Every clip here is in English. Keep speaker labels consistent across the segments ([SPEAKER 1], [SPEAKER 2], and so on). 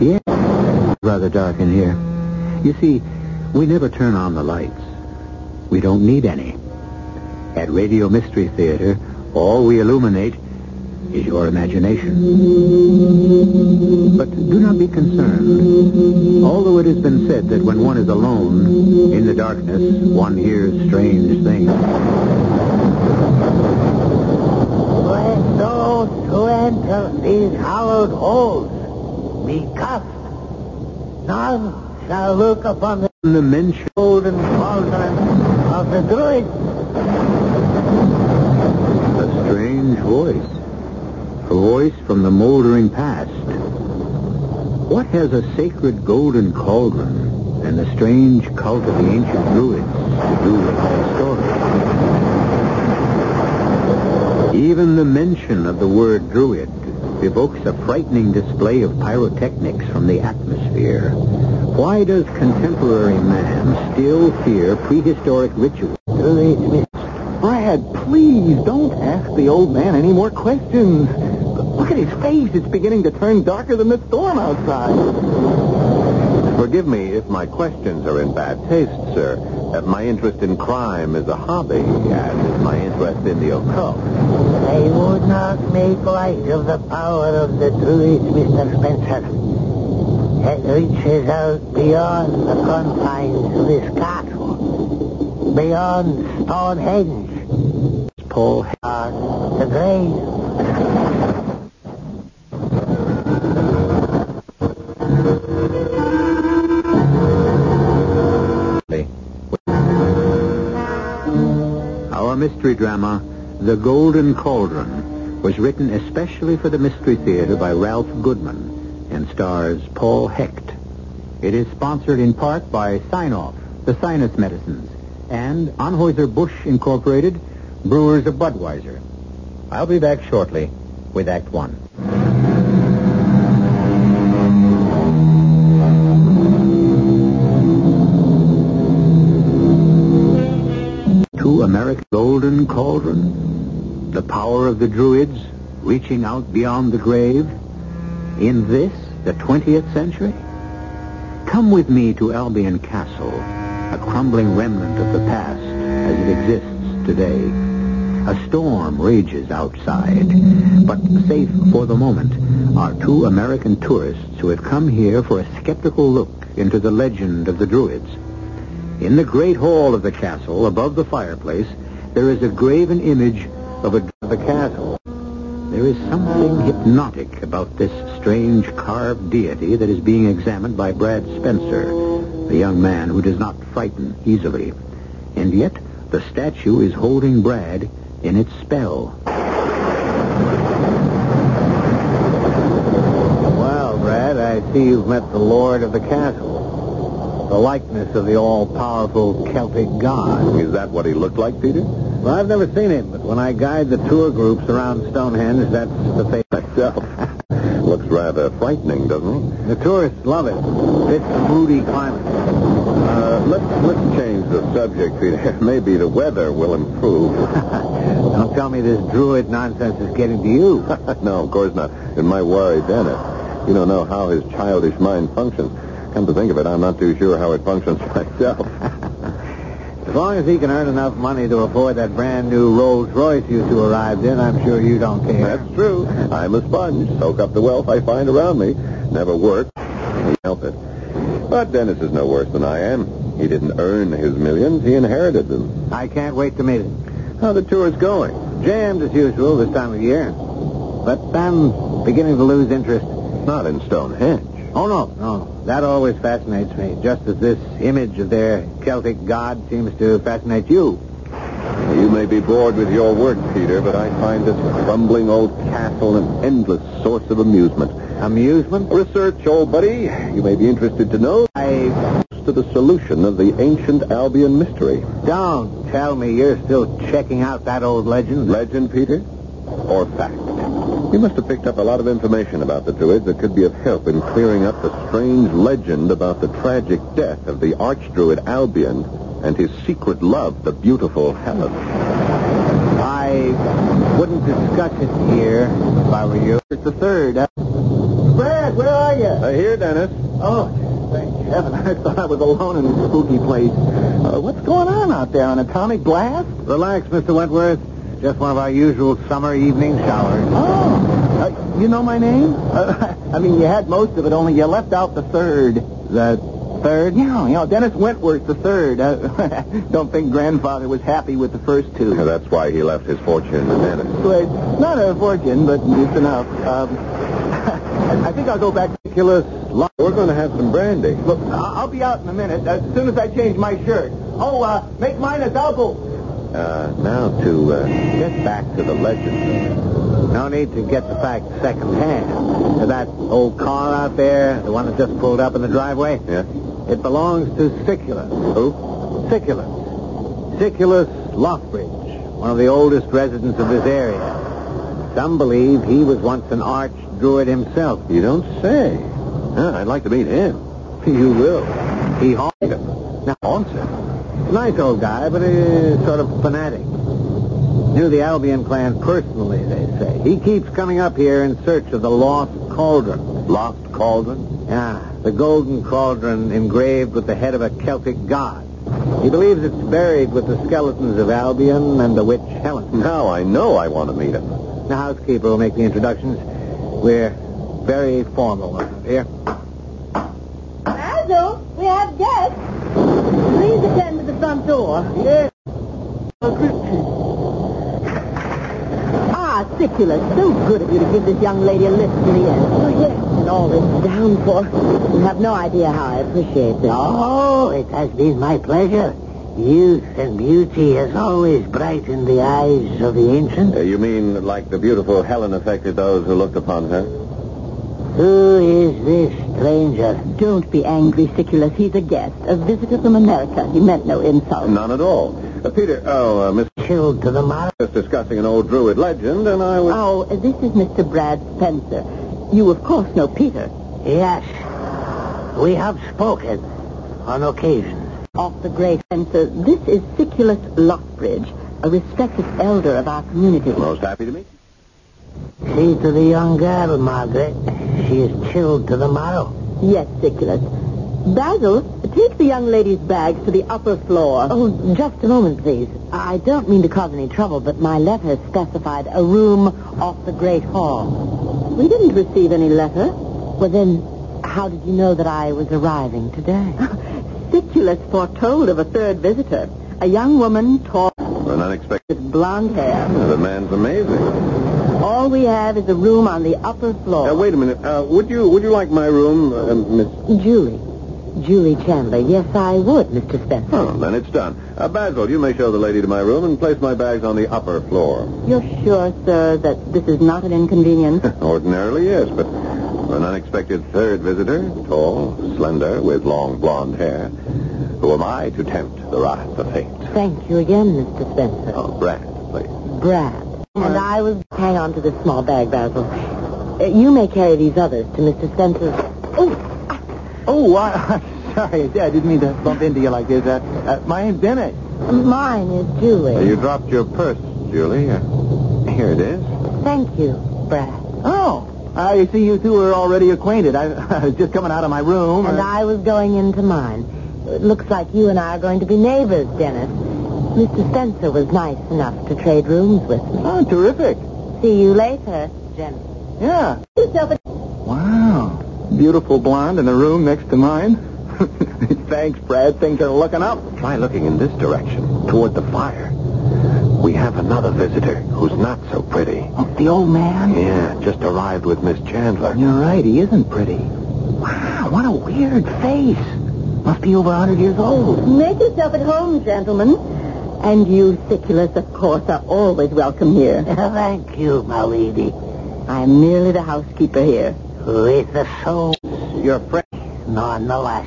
[SPEAKER 1] Yeah, it's rather dark in here. You see, we never turn on the lights. We don't need any. At Radio Mystery Theater, all we illuminate is your imagination. But do not be concerned. Although it has been said that when one is alone in the darkness, one hears strange things. Let those who enter these hallowed halls be cuffed. None shall look upon the, the mentioned golden cauldron of the druids. A strange voice. A voice from the moldering past. What has a sacred golden cauldron and the strange cult of the ancient druids to do with our story? Even the mention of the word druid evokes a frightening display of pyrotechnics from the atmosphere. Why does contemporary man still fear prehistoric rituals? Brad, please don't ask the old man any more questions. Look at his face. It's beginning to turn darker than the storm outside. Forgive me if my questions are in bad taste, sir. That my interest in crime is a hobby, as is my interest in the occult.
[SPEAKER 2] They would not make light of the power of the druids, Mr. Spencer. It reaches out beyond the confines of this castle, beyond Stonehenge,
[SPEAKER 1] Paul
[SPEAKER 2] and the grave.
[SPEAKER 1] Haley. Our mystery drama, The Golden Cauldron, was written especially for the Mystery Theater by Ralph Goodman and stars Paul Hecht. It is sponsored in part by Sinoff, the Sinus Medicines, and Anheuser-Busch Incorporated, Brewers of Budweiser. I'll be back shortly with Act One. To America's golden cauldron? The power of the Druids reaching out beyond the grave? In this, the 20th century? Come with me to Albion Castle, a crumbling remnant of the past as it exists today. A storm rages outside, but safe for the moment are two American tourists who have come here for a skeptical look into the legend of the Druids. In the great hall of the castle, above the fireplace, there is a graven image of a of the castle. There is something hypnotic about this strange carved deity that is being examined by Brad Spencer, the young man who does not frighten easily. And yet, the statue is holding Brad in its spell. Well, Brad, I see you've met the lord of the castle. The likeness of the all-powerful Celtic god. Is that what he looked like, Peter? Well, I've never seen him, but when I guide the tour groups around Stonehenge, that's the face myself. Looks rather frightening, doesn't it? The tourists love it. It's a moody climate. Uh, let's let's change the subject, Peter. Maybe the weather will improve. Don't tell me this druid nonsense is getting to you. no, of course not. It might worry Dennis. You don't know how his childish mind functions. Come to think of it, I'm not too sure how it functions myself. as long as he can earn enough money to afford that brand new Rolls Royce you two arrived in, I'm sure you don't care. That's true. I'm a sponge. Soak up the wealth I find around me. Never work. Can't help it. But Dennis is no worse than I am. He didn't earn his millions, he inherited them. I can't wait to meet him. How the tour's going? Jammed as usual this time of year. But I'm beginning to lose interest. Not in Stonehenge. Oh, no, no. That always fascinates me, just as this image of their Celtic god seems to fascinate you. You may be bored with your work, Peter, but I find this crumbling old castle an endless source of amusement.
[SPEAKER 3] Amusement? Research, old buddy. You may be interested to know. I... To the solution of the ancient Albion mystery.
[SPEAKER 1] Don't tell me you're still checking out that old legend.
[SPEAKER 3] Legend, Peter? Or fact? You must have picked up a lot of information about the Druids that could be of help in clearing up the strange legend about the tragic death of the archdruid Albion and his secret love, the beautiful Helen.
[SPEAKER 1] I wouldn't discuss it here if I were you. It's the third. uh, Brad, where are you?
[SPEAKER 3] Uh, here, Dennis.
[SPEAKER 1] oh, thank heaven. I thought I was alone in this spooky place. Uh, what's going on out there? An atomic blast?
[SPEAKER 3] Relax, Mr. Wentworth. Just one of our usual summer evening showers.
[SPEAKER 1] Oh, uh, you know my name? Uh, I mean, you had most of it, only you left out the third. The third? Yeah, you know, Dennis Wentworth, the third. Uh, don't think grandfather was happy with the first two.
[SPEAKER 3] That's why he left his fortune to Dennis.
[SPEAKER 1] Well, it's not a fortune, but it's enough. Um, I think I'll go back to Killer Slot.
[SPEAKER 3] We're going to have some brandy.
[SPEAKER 1] Look, I- I'll be out in a minute, as soon as I change my shirt. Oh, uh, make mine a double.
[SPEAKER 3] Uh, now to uh, get back to the legend.
[SPEAKER 1] No need to get the facts secondhand. That old car out there, the one that just pulled up in the driveway,
[SPEAKER 3] Yeah?
[SPEAKER 1] it belongs to Siculus. Who? Siculus. Siculus Lothbridge, one of the oldest residents of this area. Some believe he was once an arch druid himself.
[SPEAKER 3] You don't say. Huh, I'd like to meet him.
[SPEAKER 1] You will. He haunted him.
[SPEAKER 3] Now, haunts him.
[SPEAKER 1] Nice old guy, but a sort of fanatic. Knew the Albion clan personally, they say. He keeps coming up here in search of the lost cauldron.
[SPEAKER 3] Lost cauldron?
[SPEAKER 1] Yeah, the golden cauldron engraved with the head of a Celtic god. He believes it's buried with the skeletons of Albion and the witch Helen.
[SPEAKER 3] Now I know I want to meet him.
[SPEAKER 1] The housekeeper will make the introductions. We're very formal around here.
[SPEAKER 4] Basil, we have guests. Please attend to the front door. Yes. Ah, Siculus, so good of you to give this young lady a lift to the end. Oh, yes, and all this downpour. You have no idea how I appreciate this.
[SPEAKER 1] Oh, it has been my pleasure. Youth and beauty has always brightened the eyes of the ancient.
[SPEAKER 3] Uh, you mean like the beautiful Helen affected those who looked upon her?
[SPEAKER 1] Who is this stranger?
[SPEAKER 4] Don't be angry, Siculus. He's a guest, a visitor from America. He meant no insult.
[SPEAKER 3] None at all. Uh, Peter, oh, uh, Miss
[SPEAKER 1] Chilled to the marrow.
[SPEAKER 3] was discussing an old druid legend, and I was...
[SPEAKER 4] Oh, this is Mr. Brad Spencer. You, of course, know Peter.
[SPEAKER 1] Yes, we have spoken on occasion.
[SPEAKER 4] Off the Grey Fencer, this is Siculus Lockbridge, a respected elder of our community.
[SPEAKER 3] Most happy to meet you.
[SPEAKER 1] See to the young girl, Margaret. She is chilled to the marrow.
[SPEAKER 4] Yes, Siculus. Basil, take the young lady's bags to the upper floor. Oh, just a moment, please. I don't mean to cause any trouble, but my letter specified a room off the Great Hall. We didn't receive any letter. Well, then, how did you know that I was arriving today? Siculus foretold of a third visitor, a young woman tall
[SPEAKER 3] An unexpected...
[SPEAKER 4] with blonde hair.
[SPEAKER 3] The man's amazing.
[SPEAKER 4] All we have is a room on the upper floor.
[SPEAKER 3] Uh, wait a minute. Uh, would you would you like my room, uh, Miss
[SPEAKER 4] Julie. Julie Chandler. Yes, I would, Mr. Spencer.
[SPEAKER 3] Oh, then it's done. Uh, Basil, you may show the lady to my room and place my bags on the upper floor.
[SPEAKER 4] You're sure, sir, that this is not an inconvenience?
[SPEAKER 3] Ordinarily, yes, but for an unexpected third visitor, tall, slender, with long blonde hair, who am I to tempt the wrath of fate?
[SPEAKER 4] Thank you again, Mr. Spencer.
[SPEAKER 3] Oh, Brad, please.
[SPEAKER 4] Brad. And I will hang on to this small bag, Basil. Uh, you may carry these others to Mr. Spencer's. Oh, I-
[SPEAKER 1] Oh, I, am sorry. I didn't mean to bump into you like this. Uh, uh, my name's Dennis.
[SPEAKER 4] mine is
[SPEAKER 1] Uh,
[SPEAKER 4] Julie.
[SPEAKER 3] You dropped your purse, Julie. Uh, here it is.
[SPEAKER 4] Thank you, Brad.
[SPEAKER 1] Oh, I see you two are already acquainted. I, I was just coming out of my room.
[SPEAKER 4] And
[SPEAKER 1] uh,
[SPEAKER 4] I was going into mine. It looks like you and I are going to be neighbors, Dennis. Mr. Spencer was nice enough to trade rooms with me.
[SPEAKER 1] Oh, terrific.
[SPEAKER 4] See you later, Jenny.
[SPEAKER 1] Yeah.
[SPEAKER 4] Yourself a-
[SPEAKER 1] Wow. Beautiful blonde in the room next to mine. Thanks, Brad. Things are looking up.
[SPEAKER 3] Try looking in this direction, toward the fire. We have another visitor who's not so pretty.
[SPEAKER 1] Oh, the old man?
[SPEAKER 3] Yeah, just arrived with Miss Chandler.
[SPEAKER 1] You're right. He isn't pretty. Wow, what a weird face. Must be over a 100 years old.
[SPEAKER 4] Make yourself at home, gentlemen. And you, Siculus, of course, are always welcome here.
[SPEAKER 1] Thank you, my lady.
[SPEAKER 4] I am merely the housekeeper here. with the soul,
[SPEAKER 1] Your friend.
[SPEAKER 4] none the less.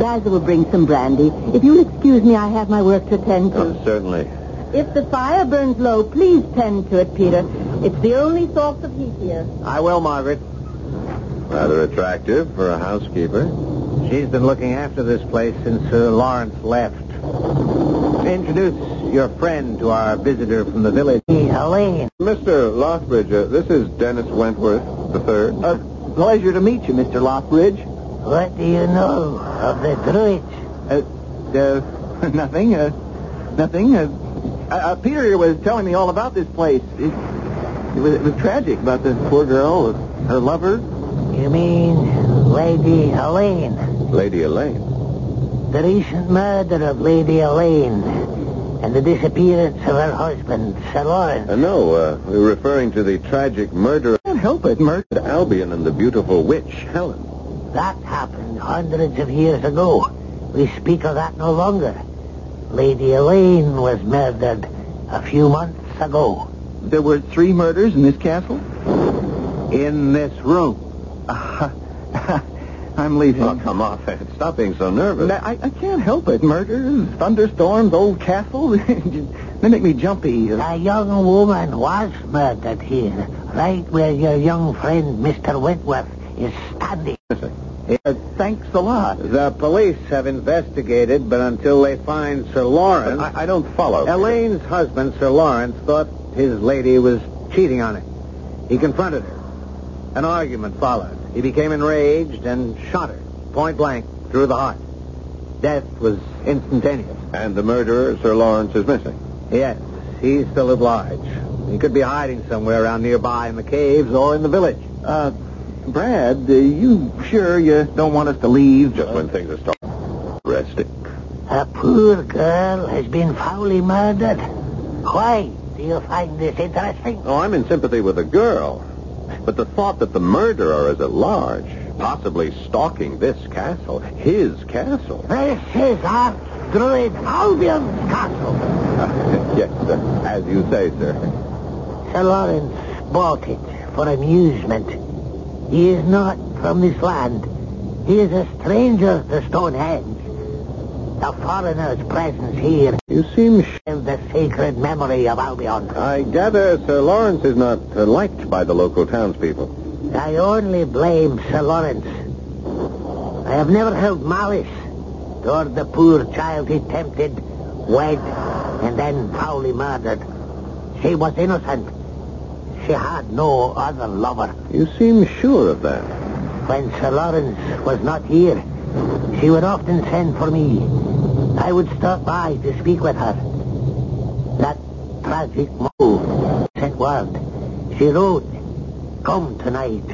[SPEAKER 5] Basil will bring some brandy. If you'll excuse me, I have my work to attend to.
[SPEAKER 1] Oh, certainly.
[SPEAKER 5] If the fire burns low, please tend to it, Peter. It's the only source of heat here.
[SPEAKER 1] I will, Margaret. Rather attractive for a housekeeper. She's been looking after this place since Sir Lawrence left. Introduce your friend to our visitor from the village.
[SPEAKER 4] He's Helene.
[SPEAKER 1] Mr. Lothbridge, uh, this is Dennis Wentworth the third.
[SPEAKER 6] A pleasure to meet you, Mr. Lothbridge.
[SPEAKER 4] What do you know of the druids?
[SPEAKER 6] Uh, uh, nothing, uh, nothing. Uh, uh, uh, Peter was telling me all about this place. It, it, was, it was tragic about the poor girl, her lover.
[SPEAKER 4] You mean Lady Helene?
[SPEAKER 1] Lady Elaine.
[SPEAKER 4] The recent murder of Lady Helene and the disappearance of her husband, Sir Lawrence.
[SPEAKER 1] Uh, no, uh, we we're referring to the tragic murder
[SPEAKER 6] Can't help it, Mert.
[SPEAKER 1] of Albion and the beautiful witch, Helen.
[SPEAKER 4] That happened hundreds of years ago. We speak of that no longer. Lady Elaine was murdered a few months ago.
[SPEAKER 6] There were three murders in this castle.
[SPEAKER 1] In this room.
[SPEAKER 6] Uh, I'm leaving.
[SPEAKER 1] Oh, come off it. Stop being so nervous.
[SPEAKER 6] Now, I, I can't help it. Murders, thunderstorms, old castles. they make me jumpy. Uh,
[SPEAKER 4] A young woman was murdered here, right where your young friend Mr. Wentworth is standing.
[SPEAKER 6] uh, thanks a lot.
[SPEAKER 1] The police have investigated, but until they find Sir Lawrence...
[SPEAKER 6] I- I don't follow.
[SPEAKER 1] Elaine's husband, Sir Lawrence, thought his lady was cheating on him. He confronted her. An argument followed. He became enraged and shot her, point blank, through the heart. Death was instantaneous. And the murderer, Sir Lawrence, is missing? Yes, he's still at large. He could be hiding somewhere around nearby in the caves or in the village.
[SPEAKER 6] Uh, Brad, uh, you sure you don't want us to leave?
[SPEAKER 1] Just when things are starting. Resting.
[SPEAKER 4] A poor girl has been foully murdered. Why do you find this interesting?
[SPEAKER 1] Oh, I'm in sympathy with the girl. But the thought that the murderer is at large, possibly stalking this castle, his castle.
[SPEAKER 4] This is our druid Albion's castle.
[SPEAKER 1] yes, sir. As you say, sir.
[SPEAKER 4] Sir Lawrence bought it for amusement. He is not from this land. He is a stranger to Stonehenge. The foreigner's presence here
[SPEAKER 1] You seem.
[SPEAKER 4] is the sacred memory of Albion.
[SPEAKER 1] I gather Sir Lawrence is not uh, liked by the local townspeople.
[SPEAKER 4] I only blame Sir Lawrence. I have never held malice toward the poor child he tempted, wed, and then foully murdered. She was innocent. She had no other lover.
[SPEAKER 1] You seem sure of that.
[SPEAKER 4] When Sir Lawrence was not here, she would often send for me. I would stop by to speak with her. That tragic move sent word. She wrote, Come tonight.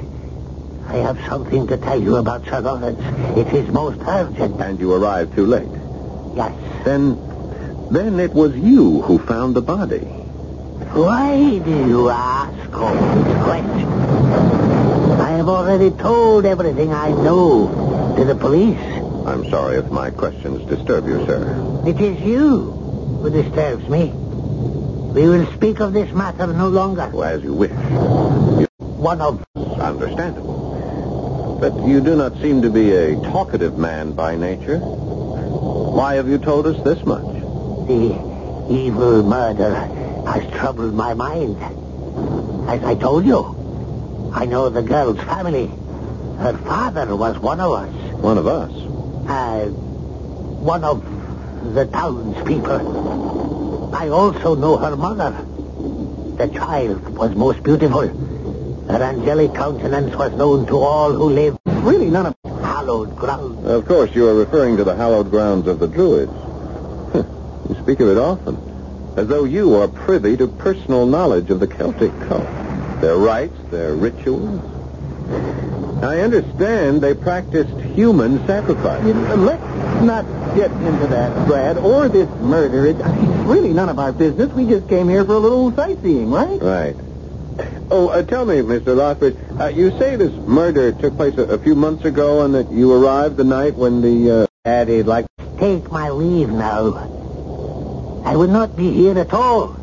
[SPEAKER 4] I have something to tell you about Sir Lawrence. It is most urgent.
[SPEAKER 1] And you arrived too late.
[SPEAKER 4] Yes.
[SPEAKER 1] Then. Then it was you who found the body.
[SPEAKER 4] Why do you ask all these questions? I have already told everything I know to the police.
[SPEAKER 1] I'm sorry if my questions disturb you, sir.
[SPEAKER 4] It is you who disturbs me. We will speak of this matter no longer.
[SPEAKER 1] Well, as you wish.
[SPEAKER 4] One of
[SPEAKER 1] Understandable. But you do not seem to be a talkative man by nature. Why have you told us this much?
[SPEAKER 4] the evil murder has troubled my mind. As I told you, I know the girl's family. Her father was one of us.
[SPEAKER 1] One of us.
[SPEAKER 4] Uh, one of the townspeople. I also know her mother. The child was most beautiful. Her angelic countenance was known to all who lived
[SPEAKER 6] Really, none of.
[SPEAKER 4] hallowed ground.
[SPEAKER 1] Of course, you are referring to the hallowed grounds of the Druids. you speak of it often, as though you are privy to personal knowledge of the Celtic cult, their rites, their rituals. I understand they practiced human sacrifice.
[SPEAKER 6] You know, Let's not get into that, Brad, or this murder. It, I mean, it's really none of our business. We just came here for a little sightseeing, right?
[SPEAKER 1] Right. Oh, uh, tell me, Mr. Lothbridge, uh, you say this murder took place a, a few months ago and that you arrived the night when the, uh, Addie like...
[SPEAKER 4] Take my leave now. I would not be here at all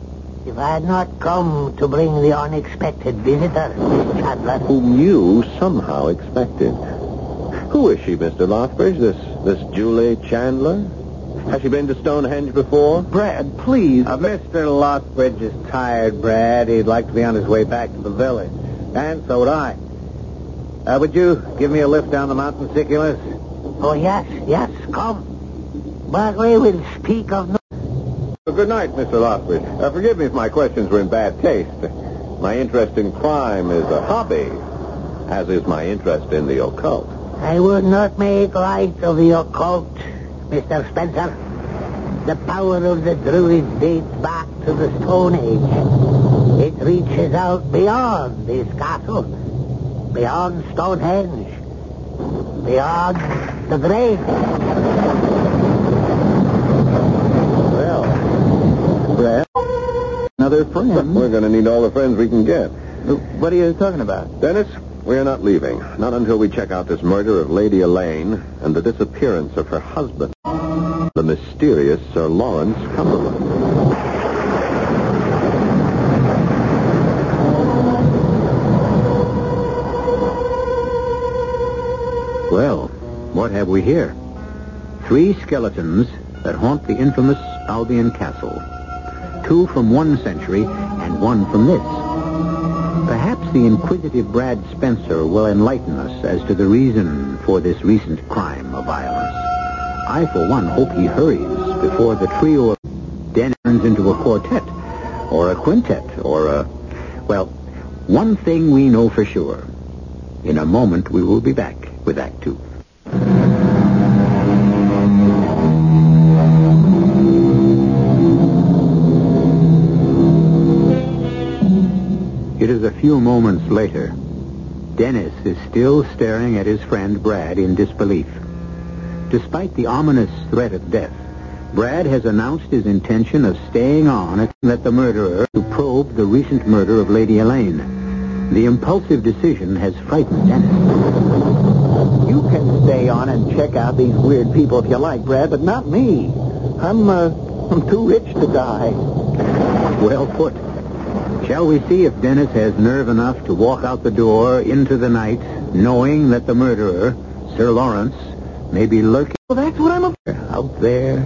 [SPEAKER 2] If I had not come to bring the unexpected visitor, Chandler,
[SPEAKER 1] Whom you somehow expected. Who is she, Mr. Lothbridge? This this Julie Chandler? Has she been to Stonehenge before?
[SPEAKER 7] Brad, please.
[SPEAKER 1] Uh, Mr. Lothbridge is tired, Brad. He'd like to be on his way back to the village. And so would I. Uh, would you give me a lift down the mountain, Siculus?
[SPEAKER 2] oh yes, yes, come. But we will speak of no...
[SPEAKER 1] Well, good night, Mr. Lothbridge. Uh, forgive me if my questions were in bad taste. My interest in crime is a hobby, as is my interest in the occult.
[SPEAKER 2] I would not make light of the occult, Mr. Spencer. The power of the druids dates back to the Stone Age. It reaches out beyond this castle, beyond Stonehenge, beyond the grave.
[SPEAKER 1] Well, Brad,
[SPEAKER 7] Another friend. Uh,
[SPEAKER 1] we're going to need all the friends we can get.
[SPEAKER 7] What are you talking about?
[SPEAKER 1] Dennis, we're not leaving. Not until we check out this murder of Lady Elaine and the disappearance of her husband, the mysterious Sir Lawrence Cumberland. Well, what have we here? Three skeletons that haunt the infamous Albion Castle. Two from one century and one from this. Perhaps the inquisitive Brad Spencer will enlighten us as to the reason for this recent crime of violence. I, for one, hope he hurries before the trio of Den turns into a quartet, or a quintet, or a... Well, one thing we know for sure. In a moment, we will be back with Act Two. It is a few moments later. Dennis is still staring at his friend Brad in disbelief. Despite the ominous threat of death, Brad has announced his intention of staying on and let the murderer to probe the recent murder of Lady Elaine. The impulsive decision has frightened Dennis.
[SPEAKER 7] You can stay on and check out these weird people if you like, Brad, but not me. I'm uh, I'm too rich to die.
[SPEAKER 1] Well put. Shall we see if Dennis has nerve enough to walk out the door into the night, knowing that the murderer, Sir Lawrence, may be lurking?
[SPEAKER 7] Well, that's what I'm a.
[SPEAKER 1] out there.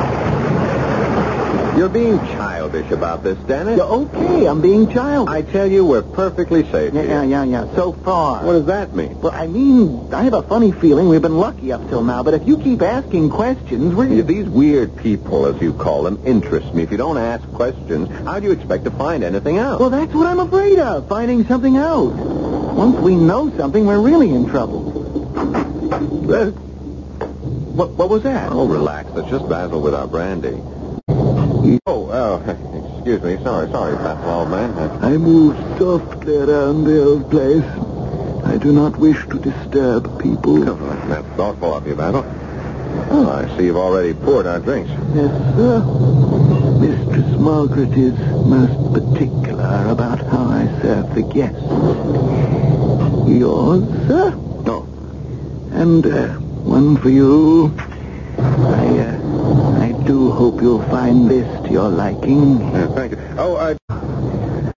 [SPEAKER 1] You're being childish about this, Dennis.
[SPEAKER 7] Yeah, okay, I'm being childish.
[SPEAKER 1] I tell you, we're perfectly safe
[SPEAKER 7] Yeah,
[SPEAKER 1] here.
[SPEAKER 7] yeah, yeah, yeah. So far.
[SPEAKER 1] What does that mean?
[SPEAKER 7] Well, I mean, I have a funny feeling we've been lucky up till now, but if you keep asking questions, we're...
[SPEAKER 1] Yeah, These weird people, as you call them, interest me. If you don't ask questions, how do you expect to find anything out?
[SPEAKER 7] Well, that's what I'm afraid of, finding something out. Once we know something, we're really in trouble.
[SPEAKER 1] Uh, what, what was that? Oh, relax. That's just Basil with our brandy. Oh, uh, excuse me. Sorry, sorry, Basil, old man. Uh,
[SPEAKER 7] I move softly around the old place. I do not wish to disturb people.
[SPEAKER 1] That's thoughtful of you, Basil. Oh, I see you've already poured our drinks.
[SPEAKER 7] Yes, sir. Mistress Margaret is most particular about how I serve the guests. Yours, sir?
[SPEAKER 1] No.
[SPEAKER 7] And uh, one for you. I, uh, I do hope you'll find this to your liking.
[SPEAKER 1] Uh, thank you. Oh, I...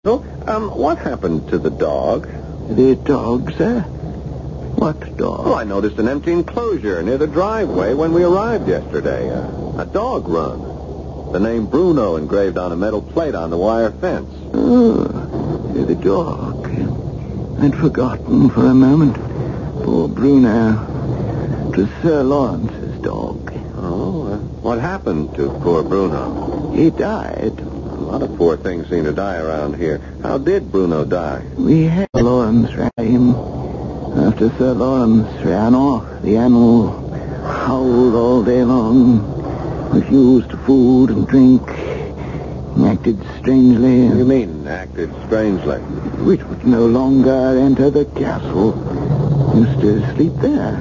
[SPEAKER 1] So, um, what happened to the dog?
[SPEAKER 7] The dog, sir? What dog?
[SPEAKER 1] Well, Oh, I noticed an empty enclosure near the driveway when we arrived yesterday. Uh, a dog run. The name Bruno engraved on a metal plate on the wire fence.
[SPEAKER 7] Oh, the dog. I'd forgotten for a moment. Poor Bruno. It was Sir Lawrence's dog.
[SPEAKER 1] Oh, uh, what happened to poor Bruno?
[SPEAKER 7] He died.
[SPEAKER 1] A lot of poor things seem to die around here. How did Bruno die?
[SPEAKER 7] We had Lawrence ran him. After Sir Lawrence ran off, the animal howled all day long, refused food and drink, acted strangely.
[SPEAKER 1] You mean acted strangely?
[SPEAKER 7] We would no longer enter the castle. Used to sleep there,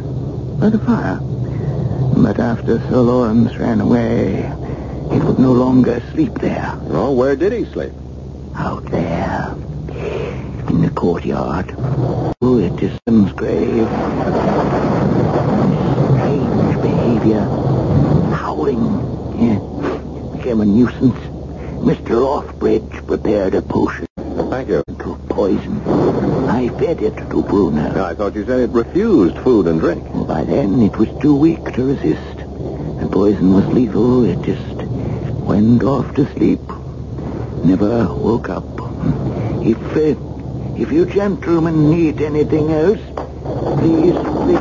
[SPEAKER 7] by the fire. But after Sir Lawrence ran away, he would no longer sleep there.
[SPEAKER 1] Oh, where did he sleep?
[SPEAKER 7] Out there, in the courtyard, oh, it is Sim's grave. Strange behavior, howling, yeah. became a nuisance. Mr. Offbridge prepared a potion
[SPEAKER 1] Thank you.
[SPEAKER 7] to poison. I fed it to Bruner.
[SPEAKER 1] Now, I thought you said it refused food and drink.
[SPEAKER 7] By then, it was too weak to resist. The poison was lethal. It just went off to sleep. Never woke up. If, uh, if you gentlemen need anything else, please ring.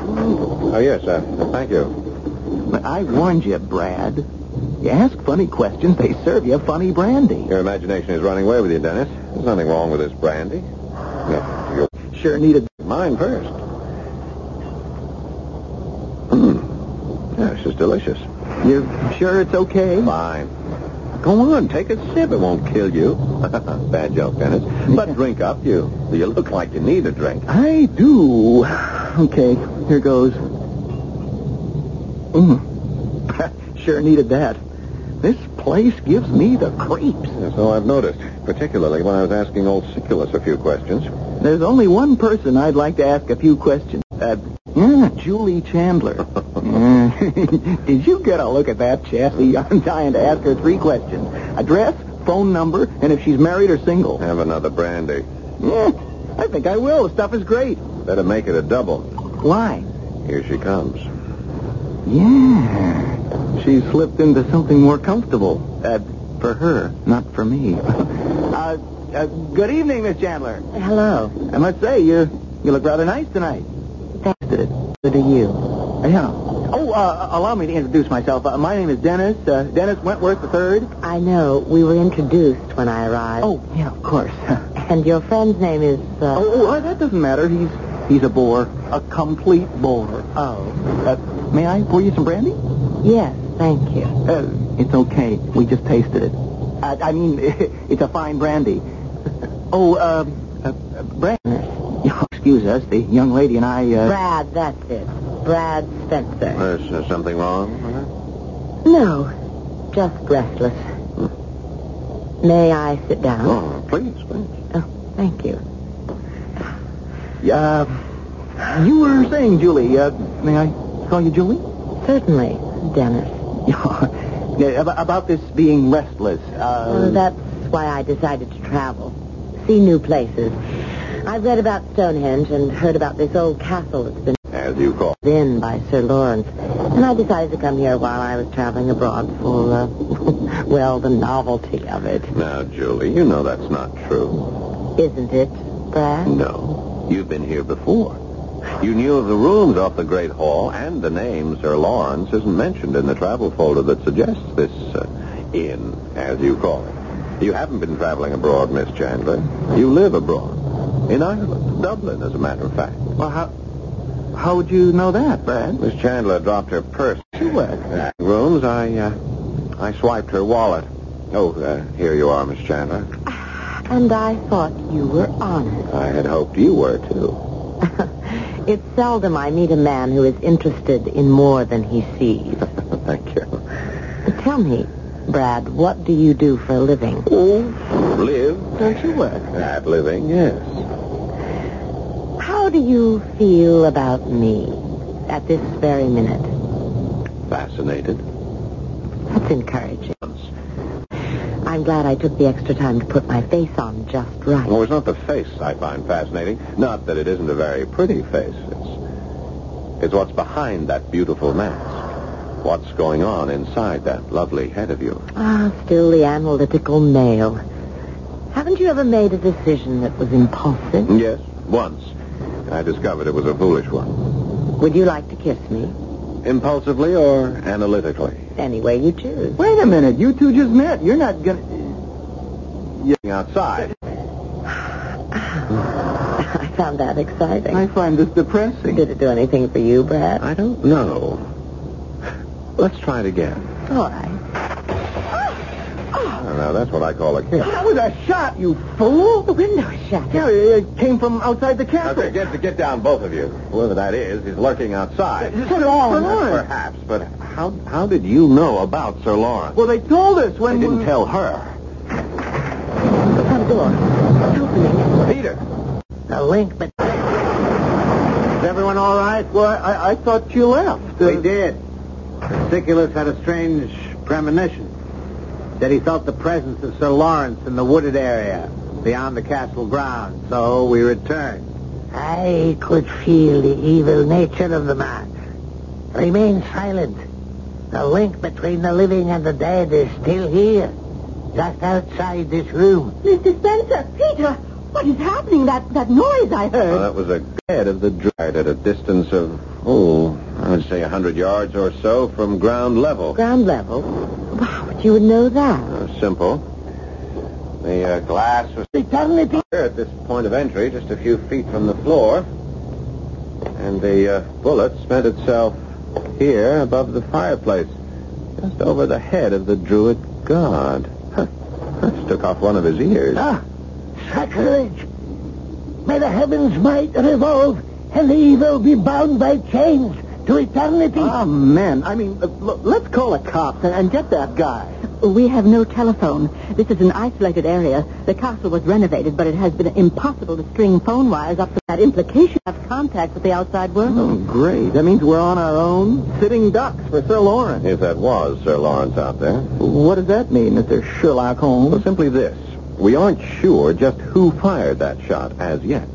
[SPEAKER 1] Oh, yes, sir. Thank you.
[SPEAKER 7] But I warned you, Brad. You ask funny questions, they serve you funny brandy.
[SPEAKER 1] Your imagination is running away with you, Dennis. There's nothing wrong with this brandy. No, you
[SPEAKER 7] Sure needed.
[SPEAKER 1] mine first. Hmm. Yeah, this is delicious.
[SPEAKER 7] You sure it's okay?
[SPEAKER 1] Fine. Go on, take a sip. It won't kill you. Bad joke, Dennis. But drink up, you. You look like you need a drink.
[SPEAKER 7] I do. Okay, here goes. Mm. sure needed that. This place gives me the creeps.
[SPEAKER 1] Yeah, So oh, I've noticed, particularly when I was asking old Siculus a few questions.
[SPEAKER 7] There's only one person I'd like to ask a few questions. Uh, yeah, Julie Chandler. Yeah. Did you get a look at that chassis? I'm dying to ask her three questions. Address, phone number, and if she's married or single.
[SPEAKER 1] Have another brandy.
[SPEAKER 7] Yeah, I think I will. The stuff is great.
[SPEAKER 1] Better make it a double.
[SPEAKER 7] Why?
[SPEAKER 1] Here she comes.
[SPEAKER 7] Yeah. She slipped into something more comfortable. Uh, for her, not for me. uh, uh, good evening, Miss Chandler.
[SPEAKER 4] Hello.
[SPEAKER 7] I must say, you you look rather nice tonight.
[SPEAKER 4] Thanks to to you.
[SPEAKER 7] Yeah. Oh, uh, allow me to introduce myself. Uh, my name is Dennis, uh, Dennis Wentworth III.
[SPEAKER 4] I know. We were introduced when I arrived.
[SPEAKER 7] Oh, yeah, of course.
[SPEAKER 4] And your friend's name is, uh...
[SPEAKER 7] oh, uh, that doesn't matter. He's he's a bore, a complete bore.
[SPEAKER 4] Oh.
[SPEAKER 7] Uh, may I pour you some brandy?
[SPEAKER 4] Yes, thank you.
[SPEAKER 7] Uh, it's okay. We just tasted it. Uh, I mean, it's a fine brandy. Oh, uh, uh, Brad, excuse us. The young lady and I. Uh,
[SPEAKER 4] Brad, that's it. Brad Spencer.
[SPEAKER 1] There's uh, something wrong with her?
[SPEAKER 4] No, just restless. May I sit down?
[SPEAKER 1] Oh, please, please.
[SPEAKER 4] Oh, thank you.
[SPEAKER 7] Uh, you were saying, Julie. Uh, may I call you Julie?
[SPEAKER 4] Certainly, Dennis.
[SPEAKER 7] Yeah, ab- about this being restless.
[SPEAKER 1] Um,
[SPEAKER 4] Well,
[SPEAKER 7] Uh,
[SPEAKER 4] that's why I decided to travel, see new places. I've read about Stonehenge and heard about this old castle that's been
[SPEAKER 1] As you call.
[SPEAKER 4] put in by Sir Lawrence, and I decided to come here while I was traveling abroad for, uh, well, the novelty of it,
[SPEAKER 1] Now, Julie, you know that's not true.
[SPEAKER 4] isn't it, Brad?
[SPEAKER 1] Mm. No. You've been here before. You knew of the rooms off the Great Hall, and the name Sir Lawrence isn't mentioned in the travel folder that suggests this uh, inn, as you call it. You haven't been traveling abroad, Miss Chandler. You live abroad. In Ireland, Dublin, as a matter of fact.
[SPEAKER 7] well, how how would you know that, Brad?
[SPEAKER 1] Miss Chandler dropped her purse.
[SPEAKER 7] Sure.
[SPEAKER 1] Uh, rooms, I, uh, I swiped her wallet. Oh, uh, here you are, Miss Chandler.
[SPEAKER 4] And I thought you were honest.
[SPEAKER 1] I had hoped you were, too.
[SPEAKER 4] it's seldom I meet a man who is interested in more than he sees.
[SPEAKER 1] Thank you.
[SPEAKER 4] Tell me, Brad, what do you do for a living?
[SPEAKER 1] Oh, live.
[SPEAKER 7] Don't you worry.
[SPEAKER 1] That living, yes.
[SPEAKER 4] How do you feel about me at this very minute?
[SPEAKER 1] Fascinated.
[SPEAKER 4] That's encouraging. I'm glad I took the extra time to put my face on just right.
[SPEAKER 1] Well, it's not the face I find fascinating. Not that it isn't a very pretty face. It's, it's what's behind that beautiful mask. What's going on inside that lovely head of yours.
[SPEAKER 4] Ah, still the analytical male. Haven't you ever made a decision that was impulsive?
[SPEAKER 1] Yes, once. I discovered it was a foolish one.
[SPEAKER 4] Would you like to kiss me?
[SPEAKER 1] Impulsively or analytically?
[SPEAKER 4] Any way you choose.
[SPEAKER 7] Wait a minute. You two just met. You're not gonna.
[SPEAKER 1] Outside.
[SPEAKER 4] I found that exciting.
[SPEAKER 7] I find this depressing.
[SPEAKER 4] Did it do anything for you, Brad?
[SPEAKER 1] I don't know. Let's try it again.
[SPEAKER 4] All right.
[SPEAKER 1] I don't know. That's what I call a kiss.
[SPEAKER 7] Oh. That was a shot, you fool!
[SPEAKER 4] The window shut.
[SPEAKER 7] Yeah, it it came from outside the castle.
[SPEAKER 1] Okay, get, get down, both of you. Whoever that is, he's lurking outside.
[SPEAKER 7] Sir Lawrence.
[SPEAKER 1] Perhaps, but how, how did you know about Sir Lawrence?
[SPEAKER 7] Well, they told us
[SPEAKER 1] I
[SPEAKER 7] when
[SPEAKER 1] didn't
[SPEAKER 7] we...
[SPEAKER 1] tell her.
[SPEAKER 4] The front door. It's opening.
[SPEAKER 1] Peter,
[SPEAKER 4] The link, but
[SPEAKER 7] Is everyone all right? Well, I, I thought you left. Uh,
[SPEAKER 1] did. Siculus had a strange premonition. That he felt the presence of Sir Lawrence in the wooded area beyond the castle grounds. So we returned.
[SPEAKER 2] I could feel the evil nature of the man. Remain silent. The link between the living and the dead is still here, just outside this room.
[SPEAKER 4] Mr. Spencer, Peter, what is happening? That that noise I heard.
[SPEAKER 1] Well, that was a head of the dryad at a distance of, oh, I would say a 100 yards or so from ground level.
[SPEAKER 4] Ground level. Wow, but you would know that.
[SPEAKER 1] Uh, simple. The uh, glass was
[SPEAKER 2] Eternity.
[SPEAKER 1] here at this point of entry, just a few feet from the floor. And the uh, bullet spent itself here above the fireplace, just over the head of the druid god. Huh. Just took off one of his ears.
[SPEAKER 2] Ah, sacrilege. May the heavens might revolve and the evil be bound by chains to eternity.
[SPEAKER 7] Oh, man. I mean, uh, look, let's call a cop and, and get that guy.
[SPEAKER 4] We have no telephone. This is an isolated area. The castle was renovated, but it has been impossible to string phone wires up to that implication of contact with the outside world.
[SPEAKER 7] Oh, great. That means we're on our own, sitting ducks for Sir Lawrence.
[SPEAKER 1] If that was Sir Lawrence out there.
[SPEAKER 7] What does that mean, Mr. Sherlock
[SPEAKER 1] Well,
[SPEAKER 7] Holmes?
[SPEAKER 1] simply this. We aren't sure just who fired that shot as yet.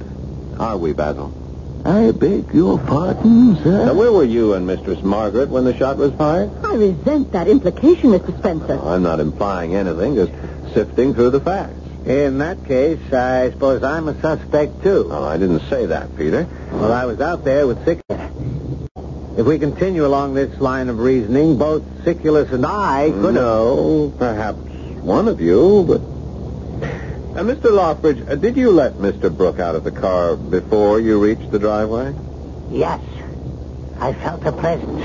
[SPEAKER 1] Are we, Basil?
[SPEAKER 7] I beg your pardon, sir.
[SPEAKER 1] Now, where were you and Mistress Margaret when the shot was fired?
[SPEAKER 7] Hmm.
[SPEAKER 4] I resent that implication, Mr. Spencer.
[SPEAKER 1] I'm not implying anything, just sifting through the facts. In that case, I suppose I'm a suspect, too. Oh, I didn't say that, Peter. Well, I was out there with Sick. If we continue along this line of reasoning, both Siculus and I could... No, perhaps one of you, but... Uh, Mr. Loftbridge, uh, did you let Mr. Brooke out of the car before you reached the driveway?
[SPEAKER 2] Yes, I felt a presence.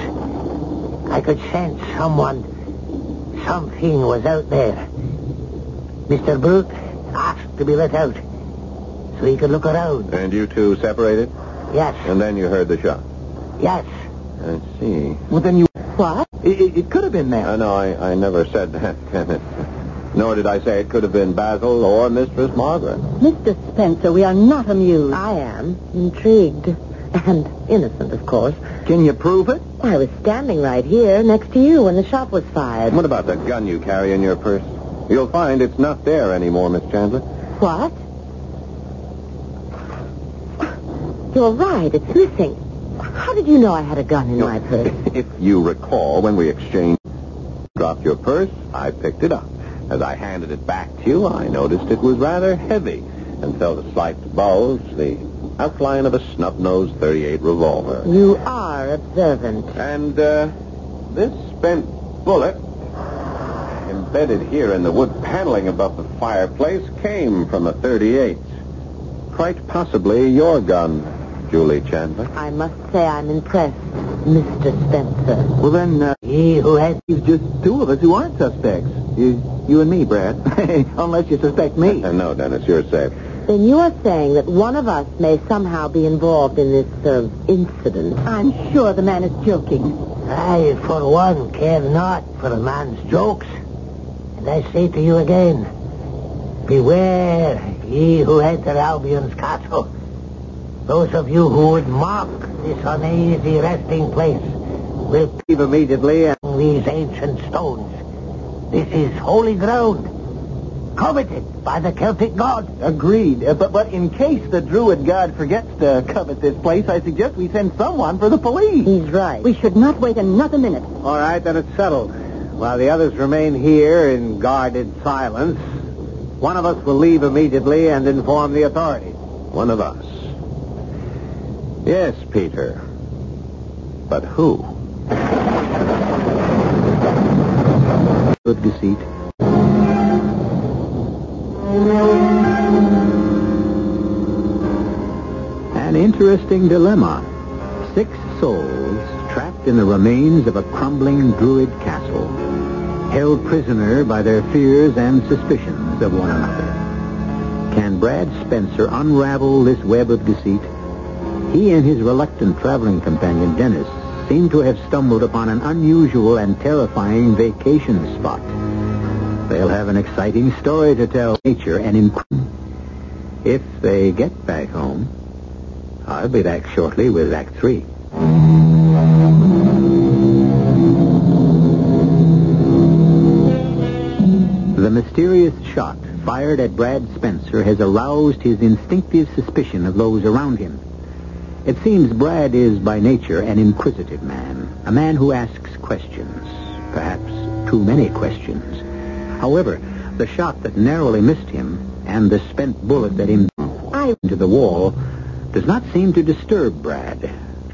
[SPEAKER 2] I could sense someone, something was out there. Mr. Brooke asked to be let out so he could look around.
[SPEAKER 1] And you two separated?
[SPEAKER 2] Yes,
[SPEAKER 1] And then you heard the shot?
[SPEAKER 2] yes.
[SPEAKER 1] I see.
[SPEAKER 7] Well, then you...
[SPEAKER 4] What?
[SPEAKER 7] It, it- it could have been that.
[SPEAKER 1] Uh, no, I, I never said that, Kenneth. Nor did I say it could have been Basil or Mistress Margaret.
[SPEAKER 4] Mr. Spencer, we are not amused. I am intrigued. And innocent, of course.
[SPEAKER 7] Can you prove it?
[SPEAKER 4] I was standing right here next to you when the shot was fired.
[SPEAKER 1] And what about the gun you carry in your purse? You'll find it's not there anymore, Miss Chandler.
[SPEAKER 4] What? You're right. It's missing. How did you know I had a gun in my purse?
[SPEAKER 1] If you recall, when we exchanged, dropped your purse, I picked it up. As I handed it back to you, I noticed it was rather heavy and felt a slight bulge, the outline of a snub-nosed 38 revolver.
[SPEAKER 4] You are observant.
[SPEAKER 1] And uh, this spent bullet, embedded here in the wood paneling above the fireplace, came from a 38. Quite possibly your gun, Julie Chandler.
[SPEAKER 4] I must say I'm impressed, Mr. Spencer.
[SPEAKER 7] Well, then, uh,
[SPEAKER 2] He who had
[SPEAKER 7] it's just two of us who aren't suspects. You, you and me, Brad. Unless you suspect me.
[SPEAKER 1] Uh, no, Dennis, you're safe.
[SPEAKER 4] Then you are saying that one of us may somehow be involved in this uh,
[SPEAKER 2] um,
[SPEAKER 4] incident. I'm sure the man is joking.
[SPEAKER 2] I, for one, care not for a man's jokes. And I say to you again, beware ye who enter Albion's castle. Those of you who would mock this uneasy resting place will
[SPEAKER 7] Leave immediately. uh,
[SPEAKER 2] ping these ancient stones. This is holy ground, coveted by the Celtic god.
[SPEAKER 7] Agreed. Uh, but, but in case the druid god forgets to covet this place, I suggest we send someone for the police.
[SPEAKER 4] He's right. We should not wait another minute.
[SPEAKER 1] All right, then it's settled. While the others remain here in guarded silence, one of us will leave immediately and inform the authorities. One of us. Yes, Peter. But who?
[SPEAKER 7] Good deceit.
[SPEAKER 1] An interesting dilemma. Six souls trapped in the remains of a crumbling druid castle, held prisoner by their fears and suspicions of one another. Can Brad Spencer unravel this web of deceit? He and his reluctant traveling companion, Dennis, seem to have stumbled upon an unusual and terrifying vacation spot. They'll have an exciting story to tell nature and in- if they get back home. I'll be back shortly with Act Three. mysterious shot fired at Brad Spencer has aroused his instinctive suspicion of those around him. It seems Brad is by nature an inquisitive man, a man who asks questions, perhaps too many questions. However, the shot that narrowly missed him and the spent bullet that him into the wall does not seem to disturb Brad.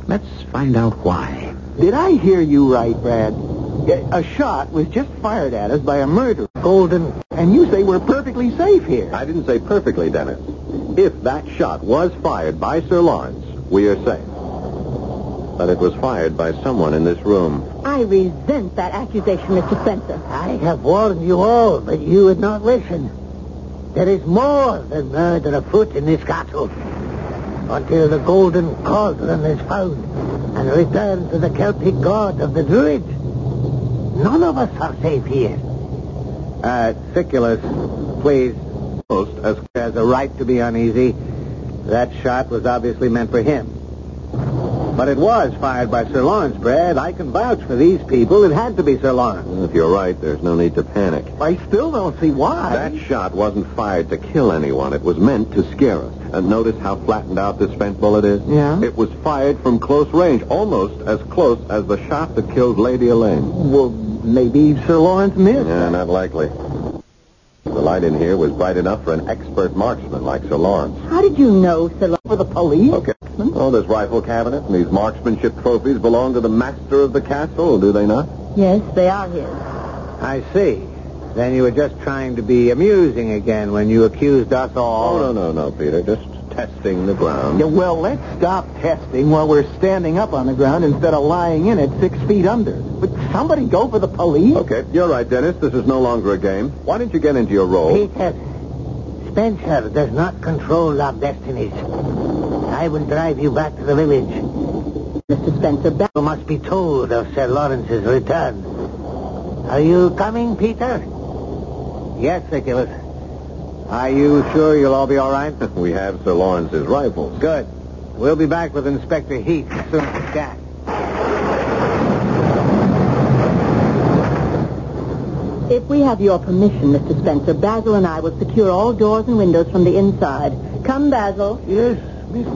[SPEAKER 1] Let's find out why.
[SPEAKER 7] Did I hear you right, Brad? A shot was just fired at us by a murderer, Golden, and you say we're perfectly safe here.
[SPEAKER 1] I didn't say perfectly, Dennis. If that shot was fired by Sir Lawrence, we are safe. But it was fired by someone in this room.
[SPEAKER 4] I resent that accusation, Mr. Spencer.
[SPEAKER 2] I have warned you all, but you would not listen. There is more than murder afoot in this castle. Until the golden cauldron is found and returned to the Celtic god of the Druids, none of us are safe here.
[SPEAKER 1] Uh, Siculus, please. Most as- has a right to be uneasy. That shot was obviously meant for him. But it was fired by Sir Lawrence, Brad. I can vouch for these people. It had to be Sir Lawrence. if you're right, there's no need to panic.
[SPEAKER 7] I still don't see why.
[SPEAKER 1] That shot wasn't fired to kill anyone. It was meant to scare us. And notice how flattened out this spent bullet is?
[SPEAKER 7] Yeah.
[SPEAKER 1] It was fired from close range, almost as close as the shot that killed Lady Elaine.
[SPEAKER 7] Well, maybe Sir Lawrence missed.
[SPEAKER 1] Yeah, not likely. The light in here was bright enough for an expert marksman like Sir Lawrence.
[SPEAKER 4] How did you know, Sir Lawrence?
[SPEAKER 7] For the police?
[SPEAKER 1] Okay. Oh, this rifle cabinet and these marksmanship trophies belong to the master of the castle, do they not?
[SPEAKER 4] Yes, they are his.
[SPEAKER 1] I see. Then you were just trying to be amusing again when you accused us all. Oh, no, no, no, Peter. Just testing the ground.
[SPEAKER 7] Yeah, well, let's stop testing while we're standing up on the ground instead of lying in at six feet under. Would somebody go for the police?
[SPEAKER 1] Okay, you're right, Dennis. This is no longer a game. Why don't you get into your role?
[SPEAKER 2] Peter, Spencer does not control our destinies. I will drive you back to the village.
[SPEAKER 4] Mr. Spencer, back.
[SPEAKER 2] You must be told of Sir Lawrence's return. Are you coming, Peter?
[SPEAKER 1] Yes, Nicholas. Are you sure you'll all be all right? we have Sir Lawrence's rifles. Good. We'll be back with Inspector Heath as soon as we can.
[SPEAKER 4] If we have your permission, Mr. Spencer, Basil and I will secure all doors and windows from the inside. Come, Basil.
[SPEAKER 7] Yes, Miss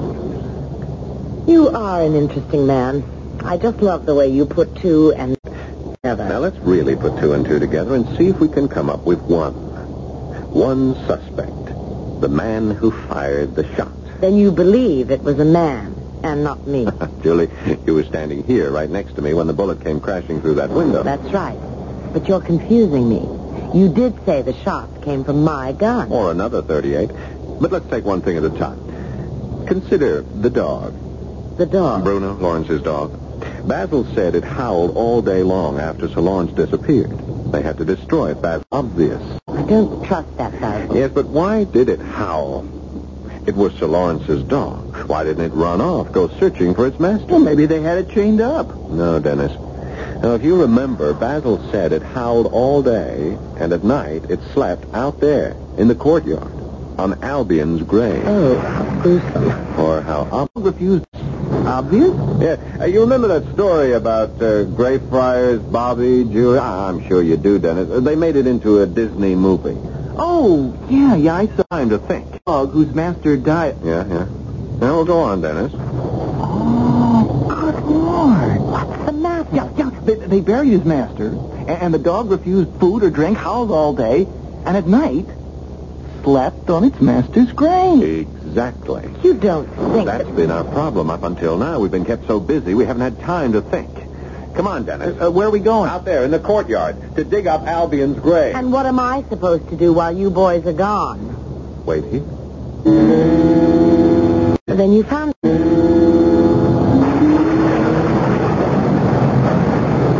[SPEAKER 4] You are an interesting man. I just love the way you put two and together.
[SPEAKER 1] Now let's really put two and two together and see if we can come up with one. One suspect. The man who fired the shot.
[SPEAKER 4] Then you believe it was a man and not me.
[SPEAKER 1] Julie, you were standing here right next to me when the bullet came crashing through that window.
[SPEAKER 4] That's right. But you're confusing me. You did say the shot came from my gun.
[SPEAKER 1] Or another 38. But let's take one thing at a time. Consider the dog.
[SPEAKER 4] The dog.
[SPEAKER 1] Bruno, Lawrence's dog. Basil said it howled all day long after Sir Lawrence disappeared. They had to destroy it. That's obvious.
[SPEAKER 4] I don't trust that Basil.
[SPEAKER 1] Yes, but why did it howl? It was Sir Lawrence's dog. Why didn't it run off, go searching for its master? Well, maybe they had it chained up. No, Dennis. Now, if you remember, Basil said it howled all day, and at night it slept out there in the courtyard on Albion's grave.
[SPEAKER 4] Oh, how gruesome.
[SPEAKER 1] Or how ob-
[SPEAKER 7] refused. Obvious?
[SPEAKER 1] Yeah, uh, you remember that story about uh, Greyfriars, Bobby, Julie? Ah, I'm sure you do, Dennis. Uh, They made it into a Disney movie.
[SPEAKER 7] Oh, yeah, yeah, I saw
[SPEAKER 1] Time to think.
[SPEAKER 7] dog whose master died.
[SPEAKER 1] Yeah, yeah. Now we'll go on, Dennis.
[SPEAKER 7] Oh, good lord.
[SPEAKER 4] What's the matter?
[SPEAKER 7] Yeah, yeah, they, they buried his master, and, and the dog refused food or drink, howled all day, and at night slept on its master's grave.
[SPEAKER 1] Exactly.
[SPEAKER 4] You don't think
[SPEAKER 1] That's
[SPEAKER 4] that...
[SPEAKER 1] been our problem up until now. We've been kept so busy we haven't had time to think. Come on, Dennis.
[SPEAKER 7] Uh, where are we going?
[SPEAKER 1] Out there in the courtyard to dig up Albion's grave.
[SPEAKER 4] And what am I supposed to do while you boys are gone?
[SPEAKER 1] Wait here.
[SPEAKER 4] Then you found...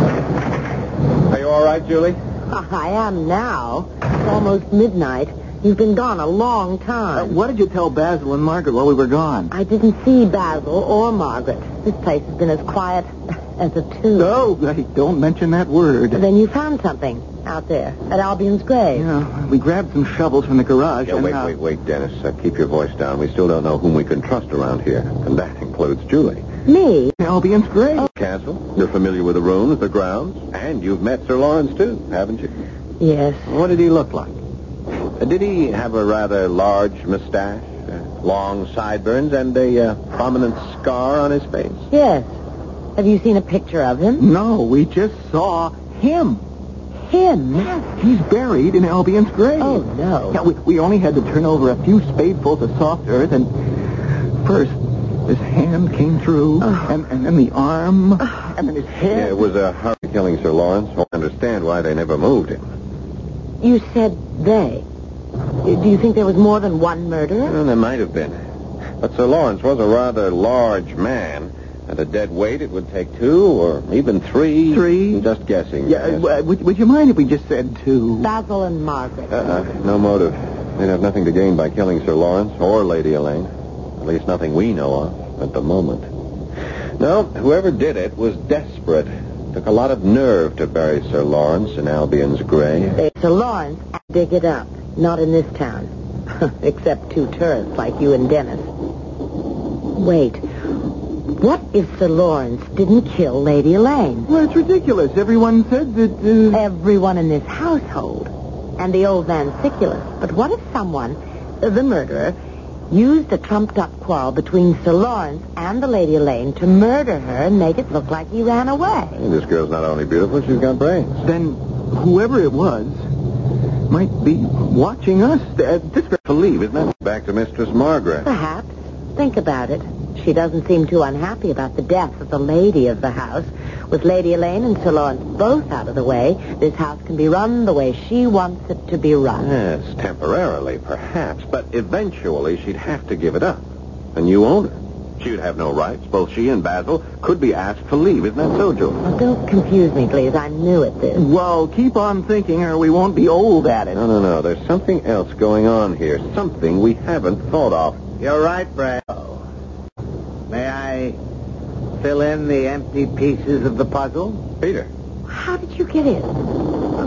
[SPEAKER 1] Are you all right, Julie?
[SPEAKER 4] Ah, I am now. It's almost midnight. You've been gone a long
[SPEAKER 7] Uh,
[SPEAKER 4] time.
[SPEAKER 7] what did you tell Basil and Margaret while we were gone?
[SPEAKER 4] I didn't see Basil or Margaret. This place has been as quiet as a tomb.
[SPEAKER 7] No, I don't mention that word.
[SPEAKER 4] Then you found something out there at Albion's grave.
[SPEAKER 7] Yeah, we grabbed some shovels from the garage.
[SPEAKER 1] Yeah,
[SPEAKER 7] and,
[SPEAKER 1] wait,
[SPEAKER 7] uh,
[SPEAKER 1] wait, wait, Dennis. Uh, keep your voice down. We still don't know whom we can trust around here, and that includes Julie.
[SPEAKER 4] Me?
[SPEAKER 7] Albion's grave.
[SPEAKER 1] Castle, you're familiar with the rooms, the grounds, and you've met Sir Lawrence, too, haven't you?
[SPEAKER 4] Yes.
[SPEAKER 1] What did he look like?
[SPEAKER 8] Uh, Did he have a rather large mustache, uh, long sideburns, and a uh, prominent scar on his face?
[SPEAKER 4] Yes. Have you seen a picture of him?
[SPEAKER 1] No, we just saw him.
[SPEAKER 8] Hmm.
[SPEAKER 4] Him?
[SPEAKER 1] He's buried in Albion's grave.
[SPEAKER 4] Oh, no.
[SPEAKER 1] Yeah, we, we only had to turn over a few spadefuls of soft earth, and first this hand came through, and, and then the arm, and then his
[SPEAKER 8] Oh. Yeah,
[SPEAKER 1] head.
[SPEAKER 8] it was a hurry killing, Sir Lawrence. I understand why they never moved him.
[SPEAKER 4] You said they. Do you think there was more than one murderer?
[SPEAKER 8] Well, there might have been. But Sir Lawrence was a rather large man. At a dead weight, it would take two or even three.
[SPEAKER 1] Three?
[SPEAKER 8] I'm just guessing.
[SPEAKER 1] Yeah,
[SPEAKER 8] yes.
[SPEAKER 1] uh, would, would you mind if we just said two?
[SPEAKER 4] Basil and Margaret.
[SPEAKER 8] Uh-uh, no motive. They'd have nothing to gain by killing Sir Lawrence or Lady Elaine. At least nothing we know of at the moment. No, whoever did it was desperate. Took a lot of nerve to bury Sir Lawrence in Albion's grave.
[SPEAKER 4] They to Lawrence and dig it up. Not in this town. Except two tourists like you and Dennis. Wait. What if Sir Lawrence didn't kill Lady Elaine?
[SPEAKER 1] Well, it's ridiculous. Everyone said that... Uh...
[SPEAKER 4] Everyone in this household. And the old vansiculus. But what if someone, the murderer, used a trumped-up quarrel between Sir Lawrence and the Lady Elaine to murder her and make it look like he ran away?
[SPEAKER 8] This girl's not only beautiful, she's got brains.
[SPEAKER 1] Then whoever it was might be watching us. Uh, this
[SPEAKER 8] To leave, isn't it? Back to Mistress Margaret.
[SPEAKER 4] Perhaps. Think about it. She doesn't seem too unhappy about the death of the lady of the house. With Lady Elaine and Sir Lawrence both out of the way, this house can be run the way she wants it to be run.
[SPEAKER 8] Yes, temporarily, perhaps, but eventually she'd have to give it up. And you own her. She would have no rights. Both she and Basil could be asked to leave. Isn't that so, Jules?
[SPEAKER 4] Don't confuse me, please. I'm new at this.
[SPEAKER 1] well, keep on thinking, or we won't be old at it.
[SPEAKER 8] No, no, no. There's something else going on here. Something we haven't thought of.
[SPEAKER 1] You're right, Brad.
[SPEAKER 8] May I
[SPEAKER 1] Fill in the empty pieces of the puzzle.
[SPEAKER 8] Peter.
[SPEAKER 4] How did you get in?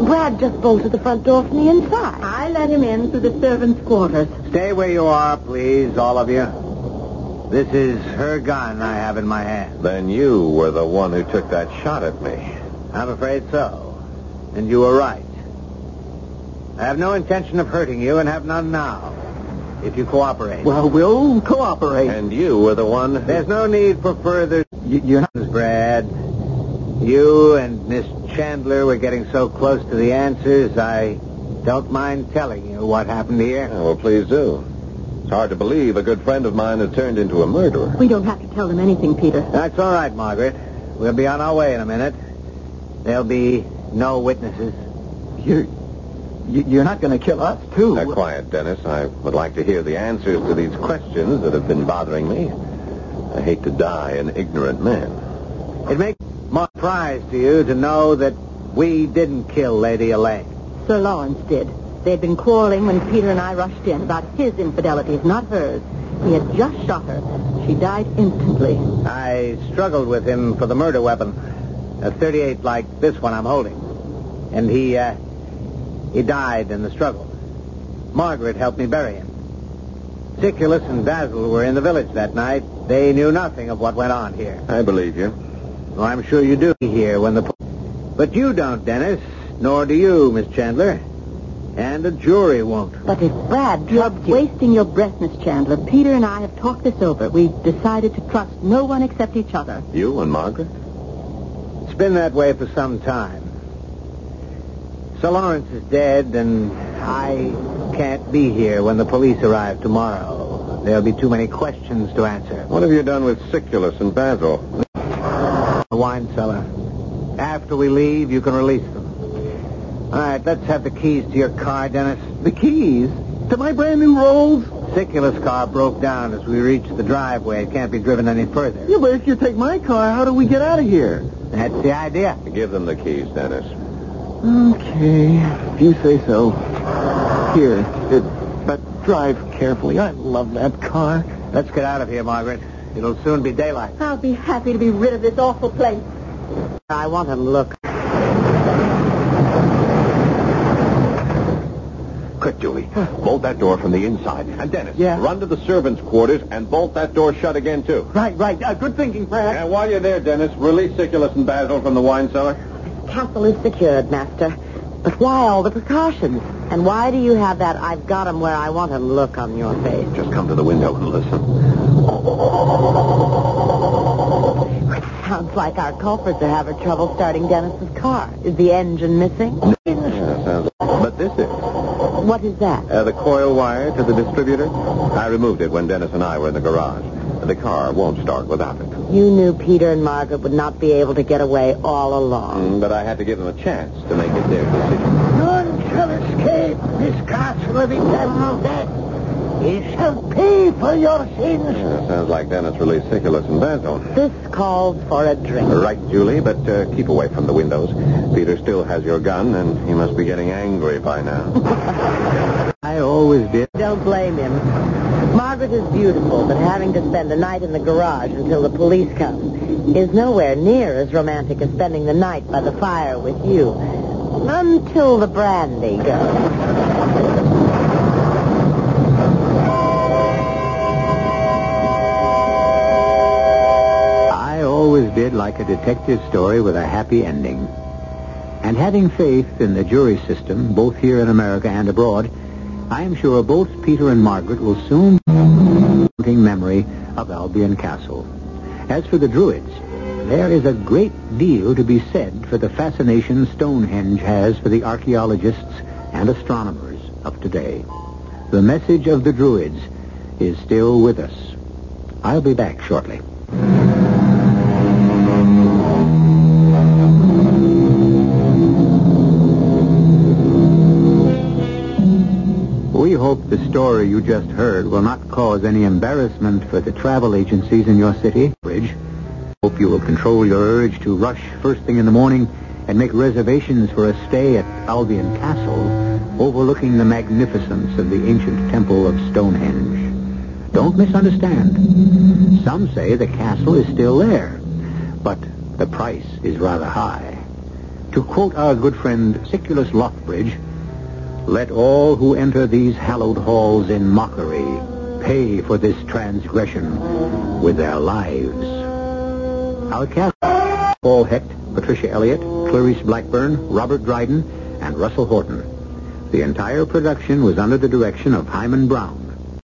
[SPEAKER 4] Brad just bolted the front door from the inside. I let him in through the servants' quarters.
[SPEAKER 1] Stay where you are, please, all of you. This is her gun I have in my hand.
[SPEAKER 8] Then you were the one who took that shot at me.
[SPEAKER 1] I'm afraid so. And you were right. I have no intention of hurting you and have none now. If you cooperate. Well, we'll cooperate.
[SPEAKER 8] And you were the one. who-
[SPEAKER 1] There's no need for further. You, you're not, Brad. You and Miss Chandler were getting so close to the answers. I don't mind telling you what happened
[SPEAKER 8] Yeah,
[SPEAKER 1] here.
[SPEAKER 8] well, please do. It's hard to believe a good friend of mine had turned into a murderer.
[SPEAKER 4] We don't have to tell them anything, Peter.
[SPEAKER 1] That's all right, Margaret. We'll be on our way in a minute. There'll be no witnesses. You're you- you're not going to kill us, too.
[SPEAKER 8] Now, quiet, Dennis. I would like to hear the answers to these questions that have been bothering me. I hate to die an ignorant man.
[SPEAKER 1] It makes more prize to you to know that we didn't kill Lady Elaine.
[SPEAKER 4] Sir Lawrence did. They had been quarreling when Peter and I rushed in about his infidelities, not hers. He had just shot her. She died instantly.
[SPEAKER 1] I struggled with him for the murder weapon, a 38 like this one I'm holding, and he uh, he died in the struggle. Margaret helped me bury him. Siculus and Basil were in the village that night. They knew nothing of what went on here.
[SPEAKER 8] I believe you.
[SPEAKER 1] Well, I'm sure you do here when the. But you don't, Dennis, nor do you, Miss Chandler, and a jury won't.
[SPEAKER 4] But if Brad drugged you... You're wasting your breath, Miss Chandler. Peter and I have talked this over. We've decided to trust no one except each other.
[SPEAKER 8] You and Margaret?
[SPEAKER 1] It's been that way for some time. Sir Lawrence is dead, and I can't be here when the police arrive tomorrow. There'll be too many questions to answer.
[SPEAKER 8] What have you done with Siculus and Basil?
[SPEAKER 1] The wine cellar. After we leave, you can release them. All right, let's have the keys to your car, Dennis. The keys? To my brand new Rolls? Siculus car broke down as we reached the driveway. It can't be driven any further.
[SPEAKER 8] but if you take my car, how do we get out of here?
[SPEAKER 1] That's the idea.
[SPEAKER 8] Give them the keys, Dennis.
[SPEAKER 1] Okay, if you say so. Here, it, but drive carefully. I love that car. Let's get out of here, Margaret. It'll soon be daylight.
[SPEAKER 4] I'll be happy to be rid of this awful place. I want to look.
[SPEAKER 8] Quick, Dewey. Bolt that door from the inside. And Dennis,
[SPEAKER 1] Yeah?
[SPEAKER 8] run to the servants' quarters and bolt that door shut again, too.
[SPEAKER 1] Right, right. Uh, good thinking, Brad.
[SPEAKER 8] And while you're there, Dennis, release Siculus and Basil from the wine cellar.
[SPEAKER 4] Castle is secured, Master. But why all the precautions? And why do you have that I've got 'em where I want 'em look on your face?
[SPEAKER 9] Just come to the window and listen.
[SPEAKER 4] Sounds like our culprits are having trouble starting Dennis's car. Is the engine missing?
[SPEAKER 9] Yeah, sounds- But this is
[SPEAKER 4] What is that?
[SPEAKER 9] uh, the coil wire to the distributor. I removed it when Dennis and I were in the garage. The car won't start without it.
[SPEAKER 4] You knew Peter and Margaret would not be able to get away all along.
[SPEAKER 9] Mm, But I had to give them a chance to make it their decision.
[SPEAKER 10] None shall escape this castle of eternal death. You shall pay for your sins.
[SPEAKER 9] Yeah, sounds like Dennis released Siculus and Basil.
[SPEAKER 4] This calls for a drink.
[SPEAKER 9] Right, Julie, but uh, keep away from the windows. Peter still has your gun, and he must be getting angry by now.
[SPEAKER 1] I always did.
[SPEAKER 4] Don't blame him. Margaret is beautiful, but having to spend the night in the garage until the police come is nowhere near as romantic as spending the night by the fire with you. Until the brandy goes.
[SPEAKER 1] I always did like a detective story with a happy ending. And having faith in the jury system, both here in America and abroad, I am sure both Peter and Margaret will soon be in memory of Albion Castle. As for the Druids, there is a great deal to be said for the fascination Stonehenge has for the archaeologists and astronomers of today. The message of the Druids is still with us. I'll be back shortly. We hope the story you just heard will not cause any embarrassment for the travel agencies in your city. Bridge. Hope you will control your urge to rush first thing in the morning and make reservations for a stay at Albion Castle, overlooking the magnificence of the ancient temple of Stonehenge. Don't misunderstand. Some say the castle is still there, but the price is rather high. To quote our good friend Siculus Lothbridge, let all who enter these hallowed halls in mockery pay for this transgression with their lives. Our cast Paul Hecht, Patricia Elliott, Clarice Blackburn, Robert Dryden, and Russell Horton. The entire production was under the direction of Hyman Brown.